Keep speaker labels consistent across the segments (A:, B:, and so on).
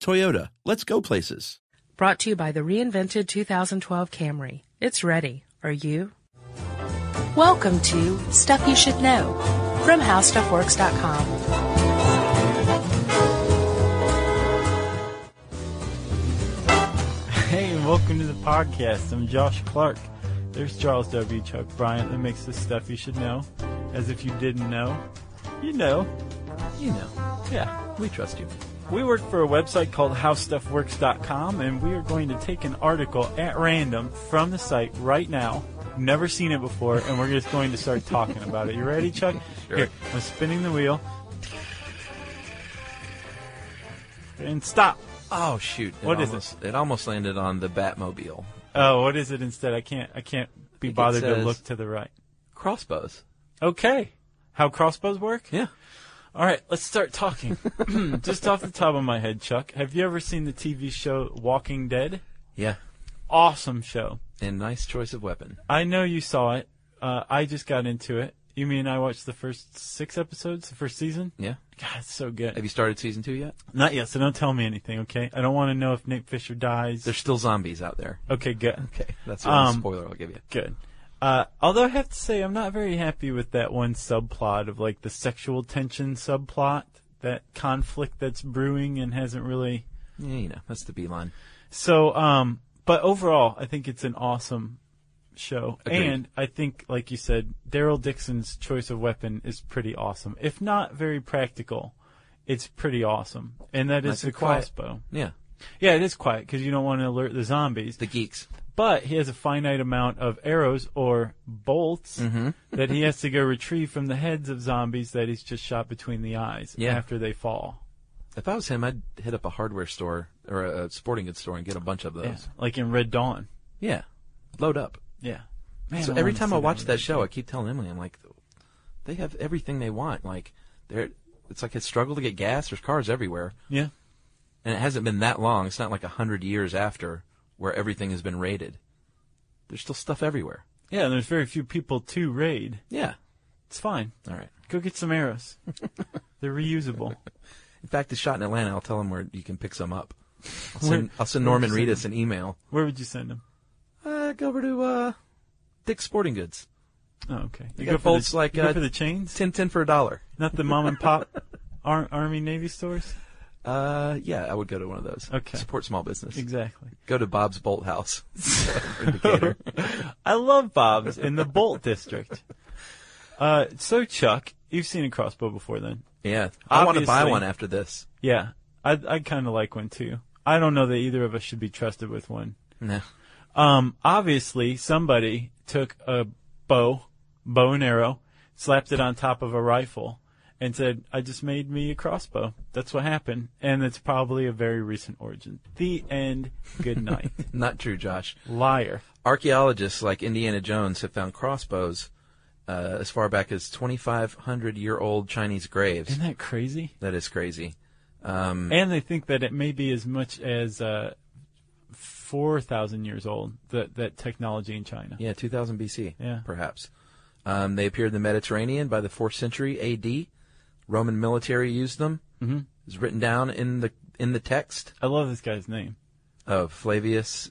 A: Toyota, let's go places.
B: Brought to you by the reinvented 2012 Camry. It's ready. Are you? Welcome to Stuff You Should Know from HowStuffWorks.com.
C: Hey, and welcome to the podcast. I'm Josh Clark. There's Charles W. Chuck Bryant that makes the stuff you should know. As if you didn't know. You know. You know. Yeah, we trust you. We work for a website called howstuffworks.com, and we are going to take an article at random from the site right now. Never seen it before, and we're just going to start talking about it. You ready, Chuck? Here, I'm spinning the wheel. And stop.
A: Oh shoot! It
C: What is
A: almost- It almost landed on the Batmobile.
C: Oh, what is it instead? I can't. I can't be
A: think it
C: bothered to
A: says-
C: look to the right.
A: Crossbows.
C: Okay. How crossbows work?
A: Yeah.
C: All right, let's start talking. Just off the top of my head, Chuck, have you ever seen the TV show Walking Dead?
A: Yeah.
C: Awesome show.
A: And nice choice of weapon.
C: I know you saw it. Uh, I just got into it. You mean I watched the first six episodes, the first season?
A: Yeah.
C: God, it's so good.
A: Have you started season two yet?
C: Not yet, so don't tell me anything, okay? I don't want to know if Nick Fisher dies.
A: There's still zombies out there.
C: Okay, good.
A: Okay, that's the only
C: Um,
A: spoiler I'll give you.
C: Good. Uh, although I have to say, I'm not very happy with that one subplot of like the sexual tension subplot, that conflict that's brewing and hasn't really.
A: Yeah, you know, that's the beeline.
C: So, um, but overall, I think it's an awesome show,
A: Agreed.
C: and I think, like you said, Daryl Dixon's choice of weapon is pretty awesome. If not very practical, it's pretty awesome, and that is
A: Nice
C: the
A: and quiet.
C: crossbow.
A: Yeah,
C: Yeah, it is quiet because you don't want to alert the zombies.
A: the geeks.
C: but he has a finite amount of arrows or bolts
A: Mm-hmm.
C: that he has to go retrieve from the heads of zombies that he's just shot between the eyes
A: Yeah.
C: after they fall.
A: If I was him, I'd hit up a hardware store or a a sporting goods store and get a bunch of
C: Yeah.
A: those.
C: Like in Red Dawn.
A: Yeah, load up.
C: Yeah. Man,
A: so every
C: wanna
A: time
C: see
A: I watch
C: one.
A: that show, I keep telling Emily, I'm like, they have everything they want. Like, they're it's like a struggle to get gas. There's cars everywhere,
C: Yeah.
A: and it hasn't been that long. It's not like a hundred years after where everything has been raided. There's still stuff everywhere.
C: Yeah, and there's very few people to raid.
A: Yeah.
C: It's fine.
A: All right.
C: Go get some arrows. They're reusable.
A: In fact, it's shot in Atlanta. I'll tell them where you can pick some up. I'll send, I'll send Norman
C: where'd you
A: Reedus an email.
C: Where would you send them?
A: Uh, go over to uh, Dick's Sporting Goods.
C: Oh, okay. You,
A: got
C: go, for
A: bolts
C: the,
A: like,
C: you go
A: uh,
C: for the chains?
A: Ten ten for a dollar.
C: Not the mom and pop ar- Army Navy stores?
A: Uh, yeah, I would go to one of those.
C: Okay.
A: Support small business.
C: Exactly.
A: Go to Bob's Bolt House. For Decatur.
C: I love Bob's in the Bolt District. Uh, so Chuck, you've seen a crossbow before, then?
A: yeah, I want to buy
C: Obviously.
A: one after this.
C: Yeah, I I kind of like one too. I don't know that either of us should be trusted with one.
A: No.
C: Um, obviously somebody took a bow, bow and arrow, slapped it on top of a rifle, and said, "I just made me a crossbow." That's what happened, and it's probably a very recent origin. The end. Good night.
A: Not true, Josh.
C: Liar.
A: Archaeologists like Indiana Jones have found crossbows uh, as far back as 2,500 year old Chinese graves.
C: Isn't that crazy?
A: That is crazy. Um,
C: And they think that it may be as much as uh, 4,000 years old, that, that technology in China.
A: Yeah, 2000 BC.
C: Yeah.
A: Perhaps. Um, they appeared in the Mediterranean by the 4th century AD. Roman military used them. Mm-hmm. It's written down in the in the text
C: I love this guy's name.
A: of Flavius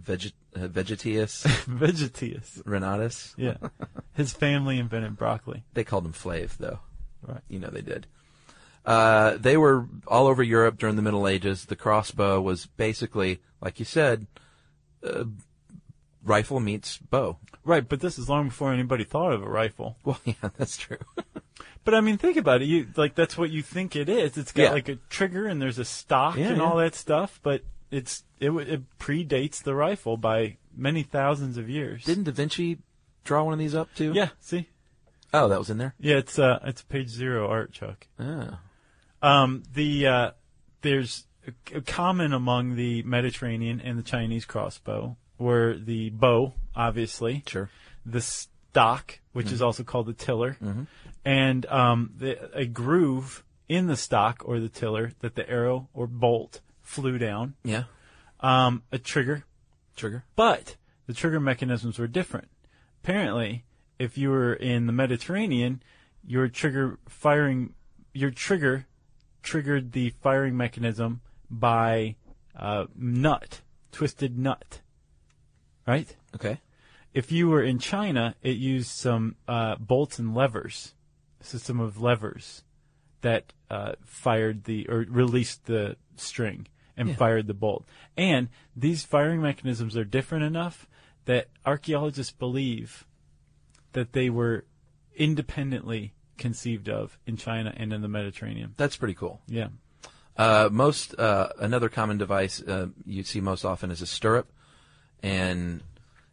A: Veget- uh, Vegetius
C: Vegetius.
A: Renatus.
C: Yeah. His family invented broccoli.
A: They called him Flav, though.
C: Right.
A: You know they did. Uh, they were all over Europe during the Middle Ages. The crossbow was basically, like you said, uh, rifle meets bow.
C: Right, but this is long before anybody thought of a rifle.
A: Well, yeah, that's true.
C: But I mean, think about it. You like that's what you think it is. It's got
A: Yeah.
C: like a trigger and there's a stock
A: Yeah,
C: and
A: yeah.
C: all that stuff. But it's it, w- it predates the rifle by many thousands of years.
A: Didn't Da Vinci draw one of these up too?
C: yeah, see,
A: Oh, that was in there.
C: yeah, it's uh, it's page zero art, Chuck.
A: Oh.
C: Um, the uh, there's a common among the Mediterranean and the Chinese crossbow were the bow, obviously,
A: Sure.
C: the stock, which is also called the tiller, and um, the, a groove in the stock or the tiller that the arrow or bolt flew down,
A: Yeah.
C: um, a trigger,
A: Trigger.
C: but the trigger mechanisms were different. Apparently, if you were in the Mediterranean, your trigger firing, your trigger triggered the firing mechanism by uh, nut, twisted nut, right?
A: Okay.
C: if you were in China, it used some uh, bolts and levers, system of levers that uh, fired the or released the string and fired the bolt. And these firing mechanisms are different enough that archaeologists believe that they were independently conceived of in China and in the Mediterranean.
A: That's pretty cool.
C: Yeah.
A: Uh, most uh, another common device uh, you see most often is a stirrup, and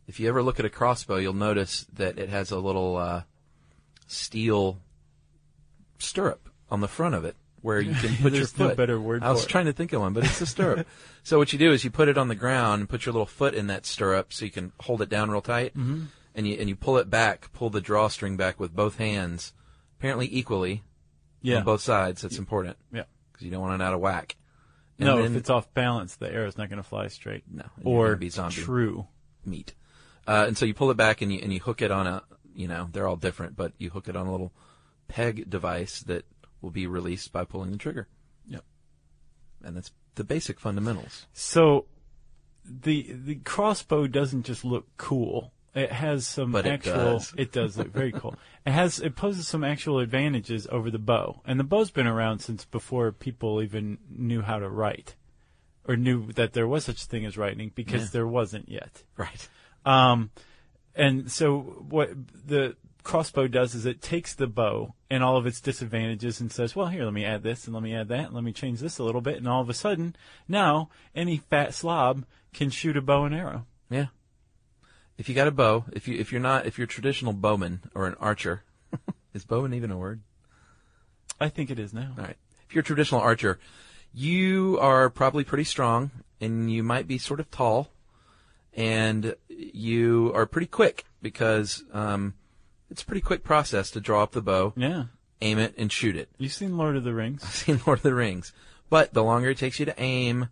A: if you ever look at a crossbow, you'll notice that it has a little uh, steel stirrup on the front of it where you can put your
C: There's no
A: foot.
C: better word
A: I was
C: for it.
A: trying to think of one, but it's a stirrup. so what you do is you put it on the ground and put your little foot in that stirrup so you can hold it down real tight,
C: Mm-hmm.
A: and you and you pull it back, pull the drawstring back with both hands, apparently equally
C: Yeah.
A: on both sides. That's important
C: Yeah.
A: because you don't want it out of whack. And
C: No,
A: then-
C: if it's off balance, the arrow's not going to fly straight.
A: No, and you're
C: Or
A: gonna be zombie.
C: true.
A: meat. Uh, and so you pull it back and you and you hook it on a you know they're all different, but you hook it on a little peg device that will be released by pulling the trigger.
C: Yep.
A: And that's the basic fundamentals.
C: So the the crossbow doesn't just look cool. It has some
A: But it
C: actual
A: does.
C: it does look very cool. It has it poses some actual advantages over the bow. And the bow's been around since before people even knew how to write or knew that there was such a thing as writing because there wasn't yet.
A: Right.
C: Um, and so what the crossbow does is it takes the bow and all of its disadvantages and says, well, here, let me add this and let me add that and let me change this a little bit. And all of a sudden, now any fat slob can shoot a bow and arrow.
A: Yeah. If you got a bow, if you if you're not if you're a traditional bowman or an archer, is bowman even a word?
C: I think it is now.
A: All right. If you're a traditional archer, you are probably pretty strong and you might be sort of tall and you are pretty quick because um, it's a pretty quick process to draw up the bow,
C: Yeah.
A: aim it, and shoot it.
C: You've seen Lord of the Rings.
A: I've seen Lord of the Rings. But the longer it takes you to aim,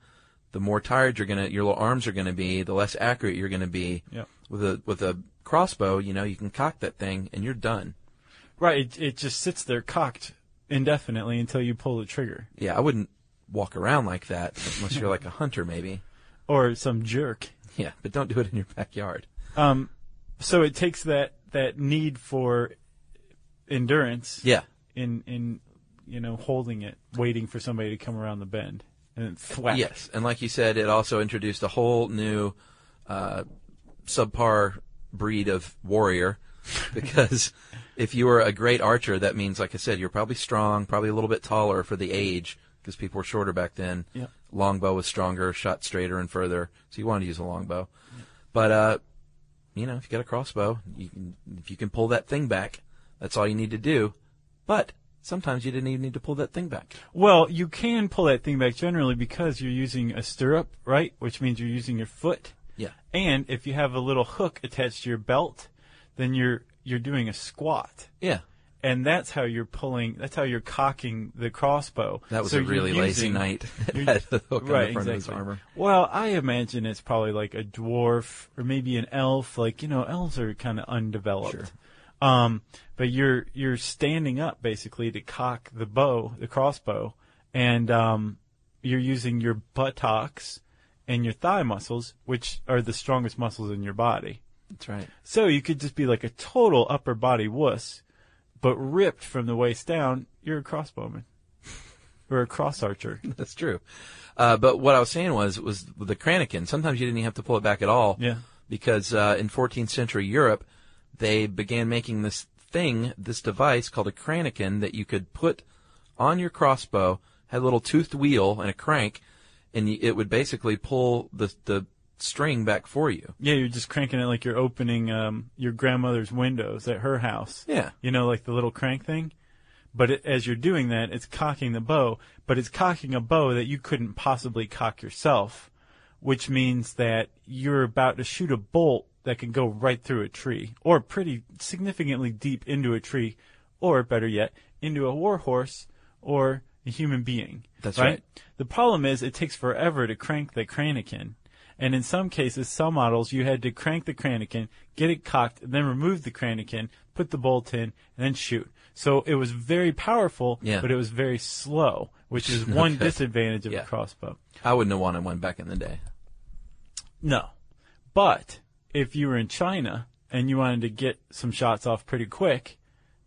A: the more tired you're gonna, your little arms are gonna be, the less accurate you're gonna be.
C: Yep.
A: With a with a crossbow, you know, you can cock that thing and you're done.
C: Right. It, it just sits there cocked indefinitely until you pull the trigger
A: Yeah, I wouldn't walk around like that unless you're like a hunter, maybe.
C: or some jerk.
A: Yeah, but don't do it in your backyard.
C: Um, so it takes that, that need for endurance.
A: Yeah.
C: in in you know holding it, waiting for somebody to come around the bend, and then thwack.
A: Yes, and like you said, it also introduced a whole new uh, subpar breed of warrior because if you were a great archer, that means, like I said, you're probably strong, probably a little bit taller for the age because people were shorter back then.
C: Yep.
A: Longbow was stronger, shot straighter and further, so you wanted to use a longbow. But uh, you know, if you got a crossbow, you can, if you can pull that thing back, that's all you need to do. But sometimes you didn't even need to pull that thing back.
C: Well, you can pull that thing back generally because you're using a stirrup, right? Which means you're using your foot.
A: Yeah.
C: And if you have a little hook attached to your belt, then you're you're doing a squat.
A: Yeah.
C: And that's how you're pulling. That's how you're cocking the crossbow.
A: That was
C: So
A: a
C: you're
A: really lazy
C: using-
A: knight that
C: you're-
A: had the hook on
C: right,
A: the front of his
C: exactly.
A: armor.
C: Well, I imagine it's probably like a dwarf or maybe an elf. Like you know, elves are kind of undeveloped. Um, but you're you're standing up basically to cock the bow, the crossbow, and um, you're using your buttocks and your thigh muscles, which are the strongest muscles in your body.
A: That's right.
C: So you could just be like a total upper body wuss, but ripped from the waist down, you're a crossbowman. or a cross archer.
A: That's true. Uh, but what I was saying was, was with the Kranikin, sometimes you didn't even have to pull it back at all.
C: Yeah.
A: Because uh, in 14th century Europe, they began making this thing, this device called a Kranikin that you could put on your crossbow, had a little toothed wheel and a crank, and y- it would basically pull the, the string back for you.
C: Yeah, you're just cranking it like you're opening um, your grandmother's windows at her house.
A: Yeah.
C: You know, like the little crank thing. But it, as you're doing that, it's cocking the bow, but it's cocking a bow that you couldn't possibly cock yourself, which means that you're about to shoot a bolt that can go right through a tree, or pretty significantly deep into a tree, or better yet, into a warhorse or a human being.
A: That's right.
C: The problem is it takes forever to crank the cranikin. And in some cases, some models, you had to crank the cranikin, get it cocked, then remove the cranikin, put the bolt in, and then shoot. So it was very powerful,
A: Yeah.
C: but it was very slow, which is one disadvantage of
A: Yeah.
C: a crossbow.
A: I wouldn't have wanted one back in the day.
C: No. But if you were in China and you wanted to get some shots off pretty quick,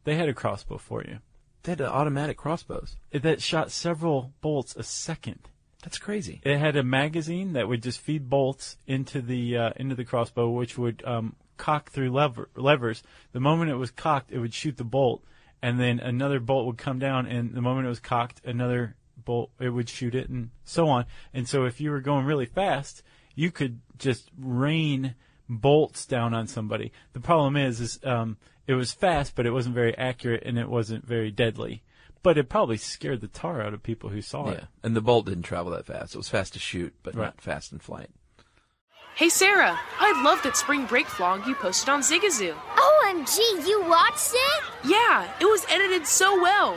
C: they had a crossbow for you.
A: They had uh, automatic crossbows.
C: It- That shot several bolts a second.
A: That's crazy.
C: It had a magazine that would just feed bolts into the uh, into the crossbow, which would um, cock through lever- levers. The moment it was cocked, it would shoot the bolt, and then another bolt would come down. And the moment it was cocked, another bolt it would shoot it, and so on. And so, if you were going really fast, you could just rain bolts down on somebody. The problem is, is um, it was fast, but it wasn't very accurate, and it wasn't very deadly. But it probably scared the tar out of people who saw it.
A: Yeah. And the bolt didn't travel that fast. It was fast to shoot, but not
C: Right.
A: fast in flight.
B: Hey, Sarah, I love that spring break vlog you posted on Zigazoo.
D: OMG, you watched it?
B: Yeah, it was edited so well.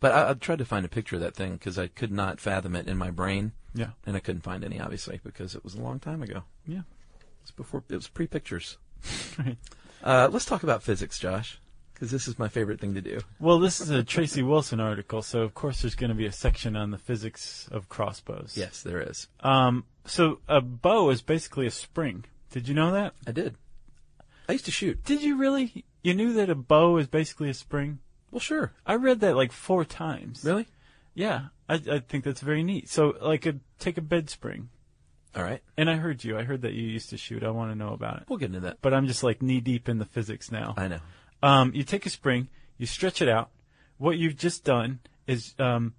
A: But I, I tried to find a picture of that thing because I could not fathom it in my brain,
C: Yeah.
A: and I couldn't find any, obviously, because it was a long time ago.
C: Yeah.
A: It was before it was pre-pictures.
C: Right.
A: Uh, let's talk about physics, Josh, because this is my favorite thing to do.
C: Well, this is a Tracy Wilson article, so of course there's going to be a section on the physics of crossbows.
A: Yes, there is.
C: Um, so a bow is basically a spring. Did you know that?
A: I did. I used to shoot.
C: Did you really? You knew that a bow is basically a spring?
A: Well, sure.
C: I read that like four times.
A: Really?
C: Yeah. I, I think that's very neat. So, like, a, take a bed spring.
A: All right.
C: And I heard you. I heard that you used to shoot. I want to know about it.
A: We'll get into that.
C: But I'm just like knee deep in the physics now.
A: I know.
C: Um, you take a spring, you stretch it out. What you've just done is um,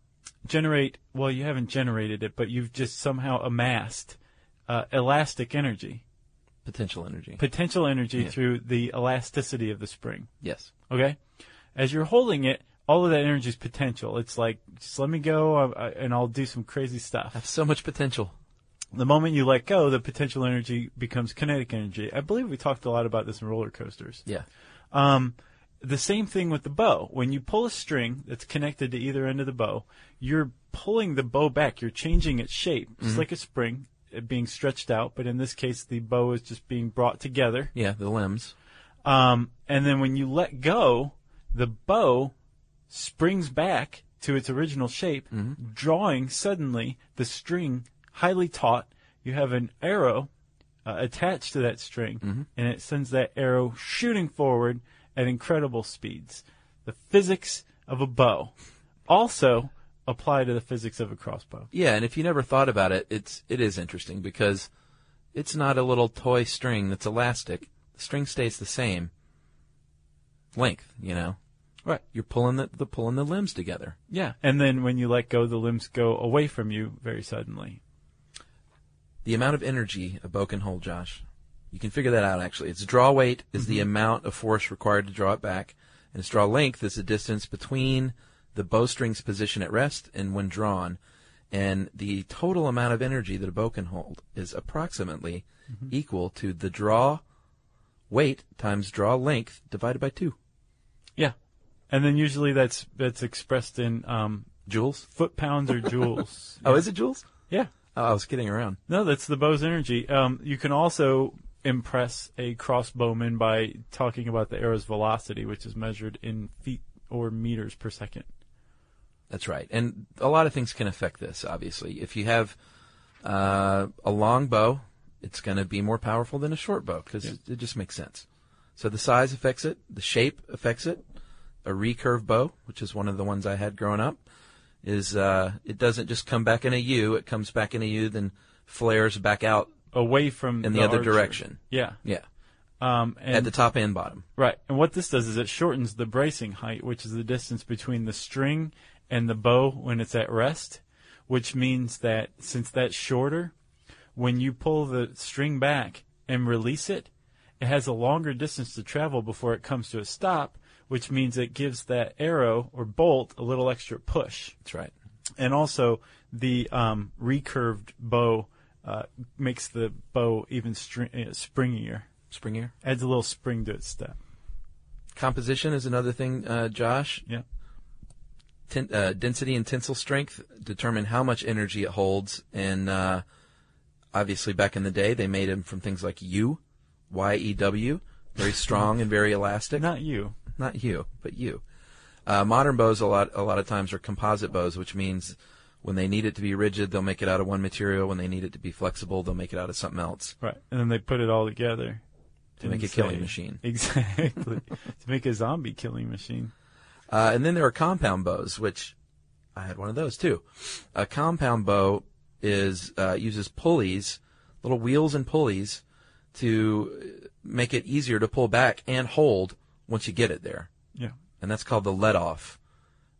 C: generate. Well, you haven't generated it, but you've just somehow amassed uh, elastic energy,
A: Potential energy.
C: potential energy
A: Yeah.
C: through the elasticity of the spring.
A: yes.
C: Okay, as you're holding it, all of that energy is potential. It's like just let me go, uh, uh, and I'll do some crazy
A: I have
C: stuff.
A: so much potential.
C: The moment you let go, the potential energy becomes kinetic energy. I believe we talked a lot about this in roller coasters.
A: Yeah.
C: Um, The same thing with the bow. When you pull a string that's connected to either end of the bow, you're pulling the bow back. You're changing its shape. It's like a spring it being stretched out, but in this case, the bow is just being brought together.
A: Yeah, the limbs.
C: Um, and then when you let go, the bow springs back to its original shape, drawing suddenly the string highly taut. You have an arrow uh, attached to that string, and it sends that arrow shooting forward at incredible speeds. The physics of a bow also apply to the physics of a crossbow.
A: Yeah, and if you never thought about it, it's it is interesting because it's not a little toy string that's elastic. The string stays the same length, you know.
C: Right.
A: You're pulling the, the pulling the limbs together.
C: Yeah. And then when you let go, the limbs go away from you very suddenly.
A: The amount of energy a bow can hold, Josh. You can figure that out actually. Its draw weight is the amount of force required to draw it back, and its draw length is the distance between the bowstring's position at rest and when drawn. And the total amount of energy that a bow can hold is approximately equal to the draw weight times draw length divided by two.
C: Yeah. And then usually that's that's expressed in um,
A: Joules?
C: foot pounds or joules.
A: Oh, is it joules?
C: yeah.
A: Oh, I was kidding around.
C: No, that's the bow's energy. Um, you can also impress a crossbowman by talking about the arrow's velocity, which is measured in feet or meters per second.
A: That's right. And a lot of things can affect this, obviously. If you have uh, a long bow, it's going to be more powerful than a short bow because it, it just makes sense. So the size affects it, the shape affects it. A recurve bow, which is one of the ones I had growing up, is uh, it doesn't just come back in a U, it comes back in a U, then flares back out.
C: Away from
A: In the other
C: archer.
A: direction.
C: Yeah.
A: Yeah.
C: Um, and
A: At the top and bottom.
C: Right. And what this does is it shortens the bracing height, which is the distance between the string and the bow when it's at rest, which means that since that's shorter, when you pull the string back and release it, it has a longer distance to travel before it comes to a stop, which means it gives that arrow or bolt a little extra push
A: That's right.
C: and also the um, recurved bow uh, makes the bow even string- uh, springier.
A: Springier.
C: Adds a little spring to its step.
A: Composition is another thing, uh, Josh.
C: Yeah.
A: ten, uh, density and tensile strength determine how much energy it holds. And uh, obviously, back in the day, they made them from things like U, Y E W, very strong and very elastic.
C: Not you.
A: Not you, but you. Uh, modern bows a lot a lot of times are composite bows, which means when they need it to be rigid, they'll make it out of one material. When they need it to be flexible, they'll make it out of something else.
C: Right. And then they put it all together. To
A: make a killing machine.
C: Exactly. to make a zombie killing machine.
A: Uh, and then there are compound bows, which I had one of those too. A compound bow is uh, uses pulleys, little wheels and pulleys, to uh, make it easier to pull back and hold once you get it there,
C: Yeah.
A: and that's called the let off.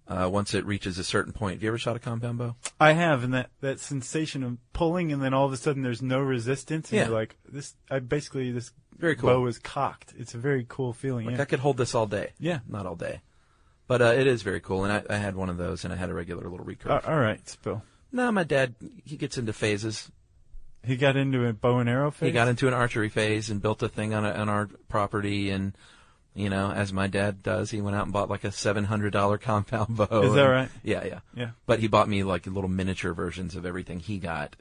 A: Uh, once it reaches a certain point, have you ever shot a compound bow?
C: I have, and that, that sensation of pulling, and then all of a sudden there's no resistance, and
A: Yeah.
C: you're like, this, I basically, this
A: Very cool.
C: bow is cocked. It's a very cool feeling.
A: Like
C: yeah.
A: I could hold this all day.
C: Yeah.
A: not all day, but uh, it is very cool. And I, I had one of those, and I had a regular little recurve.
C: A- all right, Spill.
A: no, my dad he gets into phases.
C: He got into a bow and arrow phase?
A: He got into an archery phase and built a thing on, a, on our property. And, you know, as my dad does, he went out and bought like a $700 compound bow.
C: Is that
A: And-
C: right?
A: Yeah, yeah.
C: Yeah.
A: But he bought me like little miniature versions of everything he got.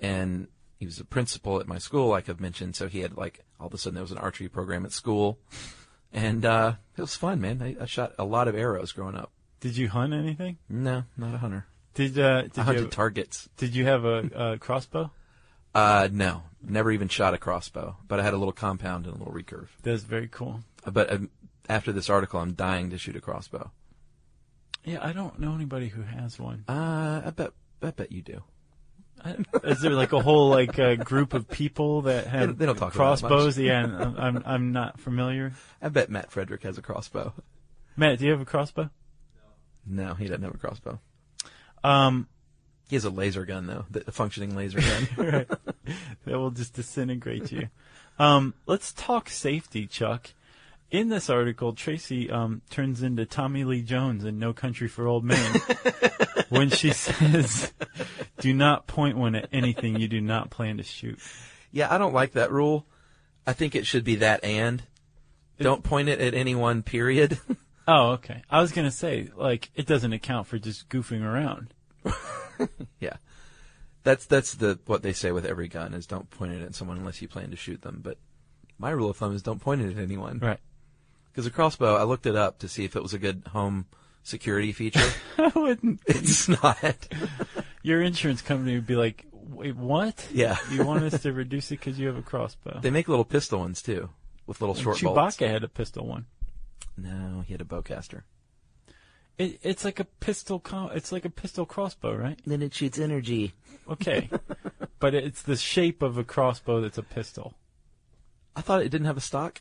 A: And he was a principal at my school, like I've mentioned. So he had like, all of a sudden there was an archery program at school. And uh, it was fun, man. I, I shot a lot of arrows growing up.
C: Did you hunt anything?
A: No, not a hunter.
C: Did uh, did
A: I hunted
C: you
A: targets.
C: did you have a uh, crossbow?
A: Uh, no, never even shot a crossbow, but I had a little compound and a little recurve.
C: That's very cool.
A: but um, after this article, I'm dying to shoot a crossbow.
C: Yeah, I don't know anybody who has one.
A: Uh, I bet, I bet you do.
C: Is there like a whole like uh, group of people that have
A: They- they don't talk about it much.
C: crossbows? Yeah, and I'm, I'm I'm not familiar.
A: I bet Matt Frederick has a crossbow.
C: Matt, do you have a crossbow?
A: No, he doesn't have a crossbow.
C: Um,
A: He has a laser gun though, th- a functioning laser gun.
C: that will just disintegrate you. Um, let's talk safety, Chuck. In this article, Tracy um, turns into Tommy Lee Jones in No Country for Old Men when she says, Do not point one at anything you do not plan to shoot.
A: Yeah, I don't like that rule. I think it should be that and. Don't point it at anyone, period.
C: Oh, okay. I was gonna say, like, it doesn't account for just goofing around.
A: yeah. That's that's the what they say with every gun is don't point it at someone unless you plan to shoot them. But my rule of thumb is don't point it at anyone.
C: Right.
A: Because a crossbow, I looked it up to see if it was a good home security feature.
C: I wouldn't.
A: it's not.
C: Your insurance company would be like, wait, what?
A: Yeah.
C: you want us to reduce it because you have a crossbow?
A: They make little pistol ones too, with little short
C: Chewbacca
A: bolts.
C: had a pistol one.
A: No, he had a bowcaster.
C: It, it's like a pistol. Com- it's like a pistol crossbow, right?
A: Then it shoots energy.
C: Okay, but it's the shape of a crossbow that's a pistol.
A: I thought it didn't have a stock.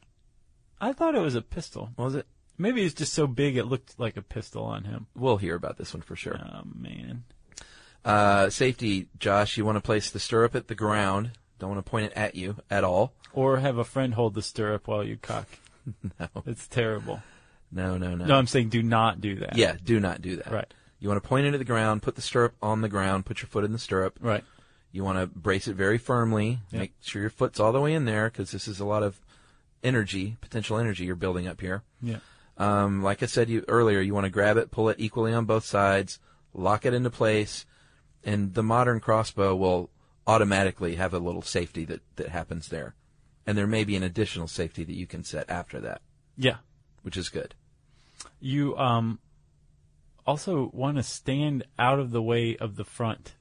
C: I thought it was a pistol.
A: Was it?
C: Maybe it's just so big it looked like a pistol on him.
A: We'll hear about this one for sure.
C: Oh man.
A: Uh, safety, Josh, you want to place the stirrup at the ground. Don't want to point it at you at all.
C: Or have a friend hold the stirrup while you cock. no. It's terrible.
A: No, no, no.
C: No, I'm saying do not do that.
A: yeah, do not do that.
C: Right.
A: You want to point it at the ground, put the stirrup on the ground, put your foot in the stirrup.
C: Right.
A: You want to brace it very firmly.
C: Yeah.
A: Make sure your foot's all the way in there because this is a lot of energy, potential energy you're building up here.
C: Yeah.
A: Um, like I said you, earlier, you want to grab it, pull it equally on both sides, lock it into place, and the modern crossbow will automatically have a little safety that, that happens there. And there may be an additional safety that you can set after that,
C: Yeah.
A: which is good.
C: You um also want to stand out of the way of the front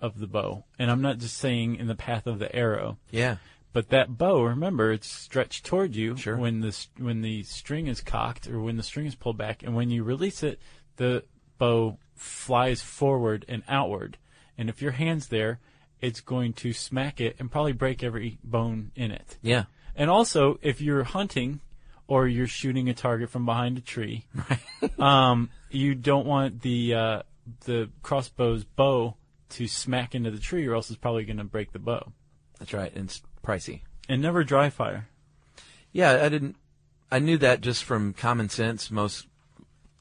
C: of the bow. And I'm not just saying in the path of the arrow,
A: Yeah.
C: but that bow, remember, it's stretched toward you
A: Sure.
C: when the s- when the string is cocked or when the string is pulled back and when you release it, the bow flies forward and outward. And if your hand's there, it's going to smack it and probably break every bone in it.
A: Yeah.
C: And also, if you're hunting or you're shooting a target from behind a tree, um, you don't want the uh, the crossbow's bow to smack into the tree, or else it's probably going to break the bow.
A: That's right. And it's pricey.
C: And never dry fire.
A: Yeah, I didn't. I knew that just from common sense. Most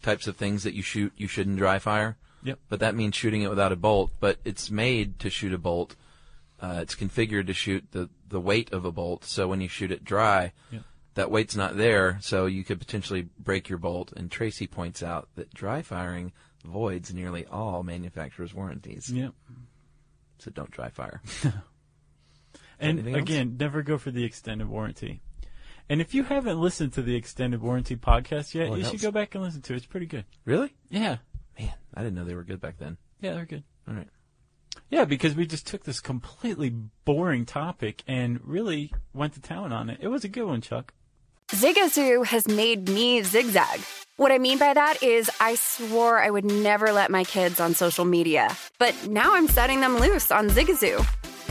A: types of things that you shoot, you shouldn't dry fire.
C: Yep.
A: But that means shooting it without a bolt. But it's made to shoot a bolt. Uh, it's configured to shoot the the weight of a bolt. So when you shoot it dry,
C: Yep.
A: that weight's not there. So you could potentially break your bolt. And Tracy points out that dry firing voids nearly all manufacturer's warranties.
C: Yeah.
A: So don't dry fire.
C: And
A: Anything else?
C: again, never go for the extended warranty. And if you haven't listened to the extended warranty podcast yet,
A: Oh,
C: you
A: that
C: should
A: was-
C: go back and listen to it. It's pretty good.
A: really?
C: Yeah.
A: Man, I didn't know they were good back then.
C: Yeah, they're good.
A: All right.
C: Yeah, because we just took this completely boring topic and really went to town on it. It was a good one, Chuck.
E: Zigazoo has made me zigzag. What I mean by that is, I swore I would never let my kids on social media, but now I'm setting them loose on Zigazoo.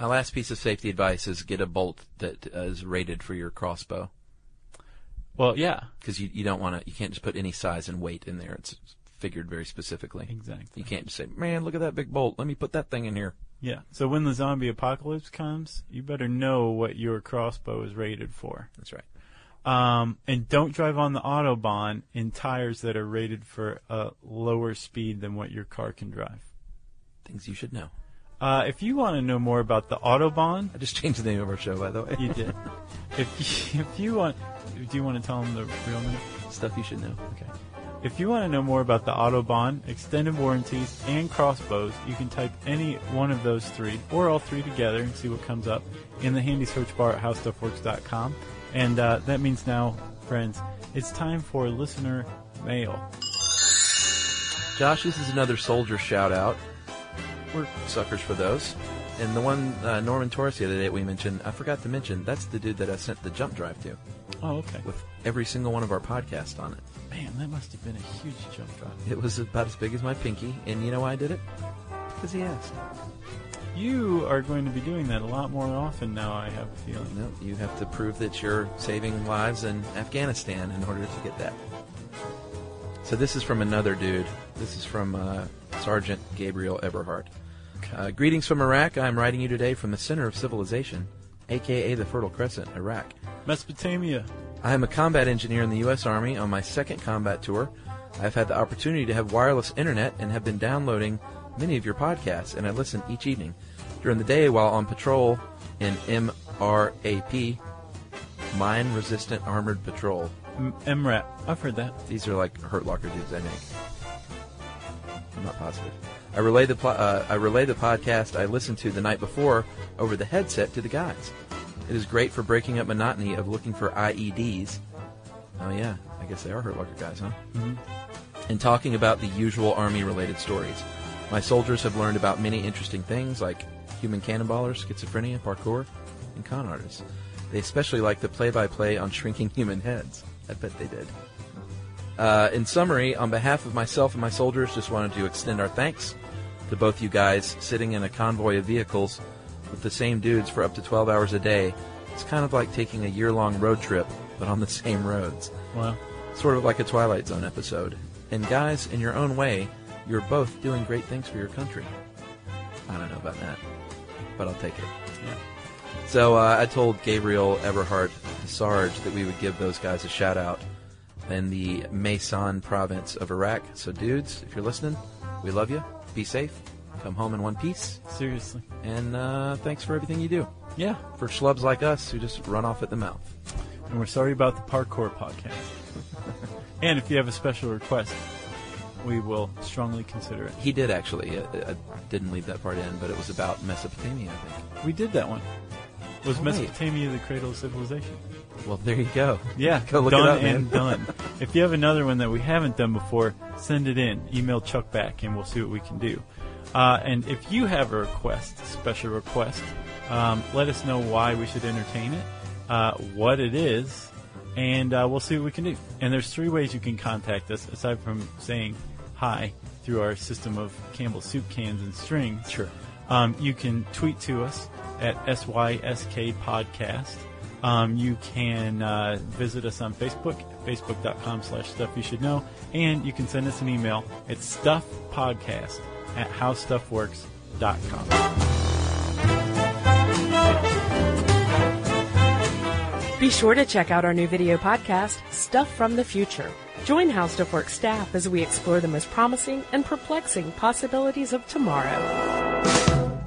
A: My last piece of safety advice is get a bolt that uh, is rated for your crossbow
C: Well, yeah,
A: because you, you don't want to you can't just put any size and weight in there. It's figured very specifically.
C: exactly.
A: You can't just say, "Man, look at that big bolt. Let me put that thing in here."
C: Yeah. So when the zombie apocalypse comes, you better know what your crossbow is rated for.
A: That's right.
C: Um, and don't drive on the autobahn in tires that are rated for a lower speed than what your car can drive.
A: Things you should know.
C: Uh, if you want to know more about the autobahn,
A: I just changed the name of our show, by the way.
C: you did. if you, if you want, do you want to tell them the real name?
A: Stuff you should know.
C: Okay. If you want to know more about the Autobahn, extended warranties, and crossbows, you can type any one of those three or all three together and see what comes up in the handy search bar at howstuffworks.com. And uh, that means now, friends, it's time for listener mail.
A: Josh, this is another soldier shout out. We're suckers for those. And the one uh, Norman Torres the other day that we mentioned, I forgot to mention, that's the dude that I sent the jump drive to
C: Oh, okay.
A: with every single one of our podcasts on it.
C: Man, that must have been a huge jump drive.
A: It was about as big as my pinky, and you know why I did it? Because he asked.
C: You are going to be doing that a lot more often now, I have a feeling.
A: No, you have to prove that you're saving lives in Afghanistan in order to get that. So this is from another dude. This is from uh, Sergeant Gabriel Eberhardt. Uh, Greetings from Iraq. I'm writing you today from the center of civilization, aka the Fertile Crescent, Iraq.
C: Mesopotamia.
A: I am a combat engineer in the U.S. Army on my second combat tour. I've had the opportunity to have wireless internet and have been downloading many of your podcasts, and I listen each evening. During the day while on patrol in MRAP, Mine Resistant Armored Patrol.
C: M- MRAP. I've heard that.
A: These are like Hurt Locker dudes, I think. I'm not positive. I relay the pl- uh, I relay the podcast I listened to the night before over the headset to the guys. It is great for breaking up monotony of looking for IEDs. Oh yeah, I guess they are Hurt Locker guys, huh? and talking about the usual army related stories. My soldiers have learned about many interesting things like human cannonballers, schizophrenia, parkour, and con artists. They especially like the play by play on shrinking human heads. I bet they did. Uh, in summary, on behalf of myself and my soldiers, just wanted to extend our thanks to both you guys sitting in a convoy of vehicles with the same dudes for up to 12 hours a day. It's kind of like taking a year long road trip, but on the same roads
C: Wow.
A: sort of like a Twilight Zone episode. And guys, in your own way, you're both doing great things for your country. I don't know about that, but I'll take it.
C: Yeah.
A: So uh, I told Gabriel Eberhardt Sarge that we would give those guys a shout out in the Mason province of Iraq. So, dudes, if you're listening, we love you. Be safe. Come home in one piece.
C: Seriously.
A: And uh, thanks for everything you do
C: Yeah.
A: for schlubs like us who just run off at the mouth.
C: and we're sorry about the parkour podcast. and if you have a special request, we will strongly consider it.
A: He did actually. I, I didn't leave that part in, but it was about Mesopotamia, I think.
C: We did that one. Was
A: Oh, wait.
C: Mesopotamia the cradle of civilization?
A: Well, there you go.
C: Yeah,
A: Go look it
C: done
A: up, man.
C: and done. if you have another one that we haven't done before, send it in. Email Chuck back, and we'll see what we can do. Uh, and if you have a request, special request, um, let us know why we should entertain it, uh, what it is, and uh, we'll see what we can do. And there's three ways you can contact us aside from saying hi through our system of Campbell soup cans and string.
A: Sure.
C: Um, you can tweet to us at SYSK Podcast. Um, you can uh, visit us on Facebook, facebook.com slash stuff you should know. And you can send us an email at stuffpodcast at howstuffworks.com.
B: Be sure to check out our new video podcast, Stuff from the Future. Join How Stuff Works staff as we explore the most promising and perplexing possibilities of tomorrow.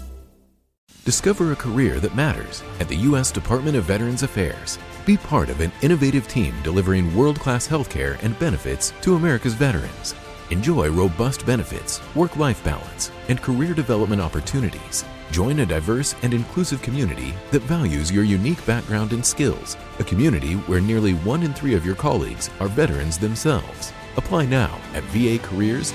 F: Discover a career that matters at the U.S. Department of Veterans Affairs. Be part of an innovative team delivering world class healthcare and benefits to America's veterans. Enjoy robust benefits, work life balance, and career development opportunities. Join a diverse and inclusive community that values your unique background and skills, a community where nearly one in three of your colleagues are veterans themselves. Apply now at vacareers.va.gov.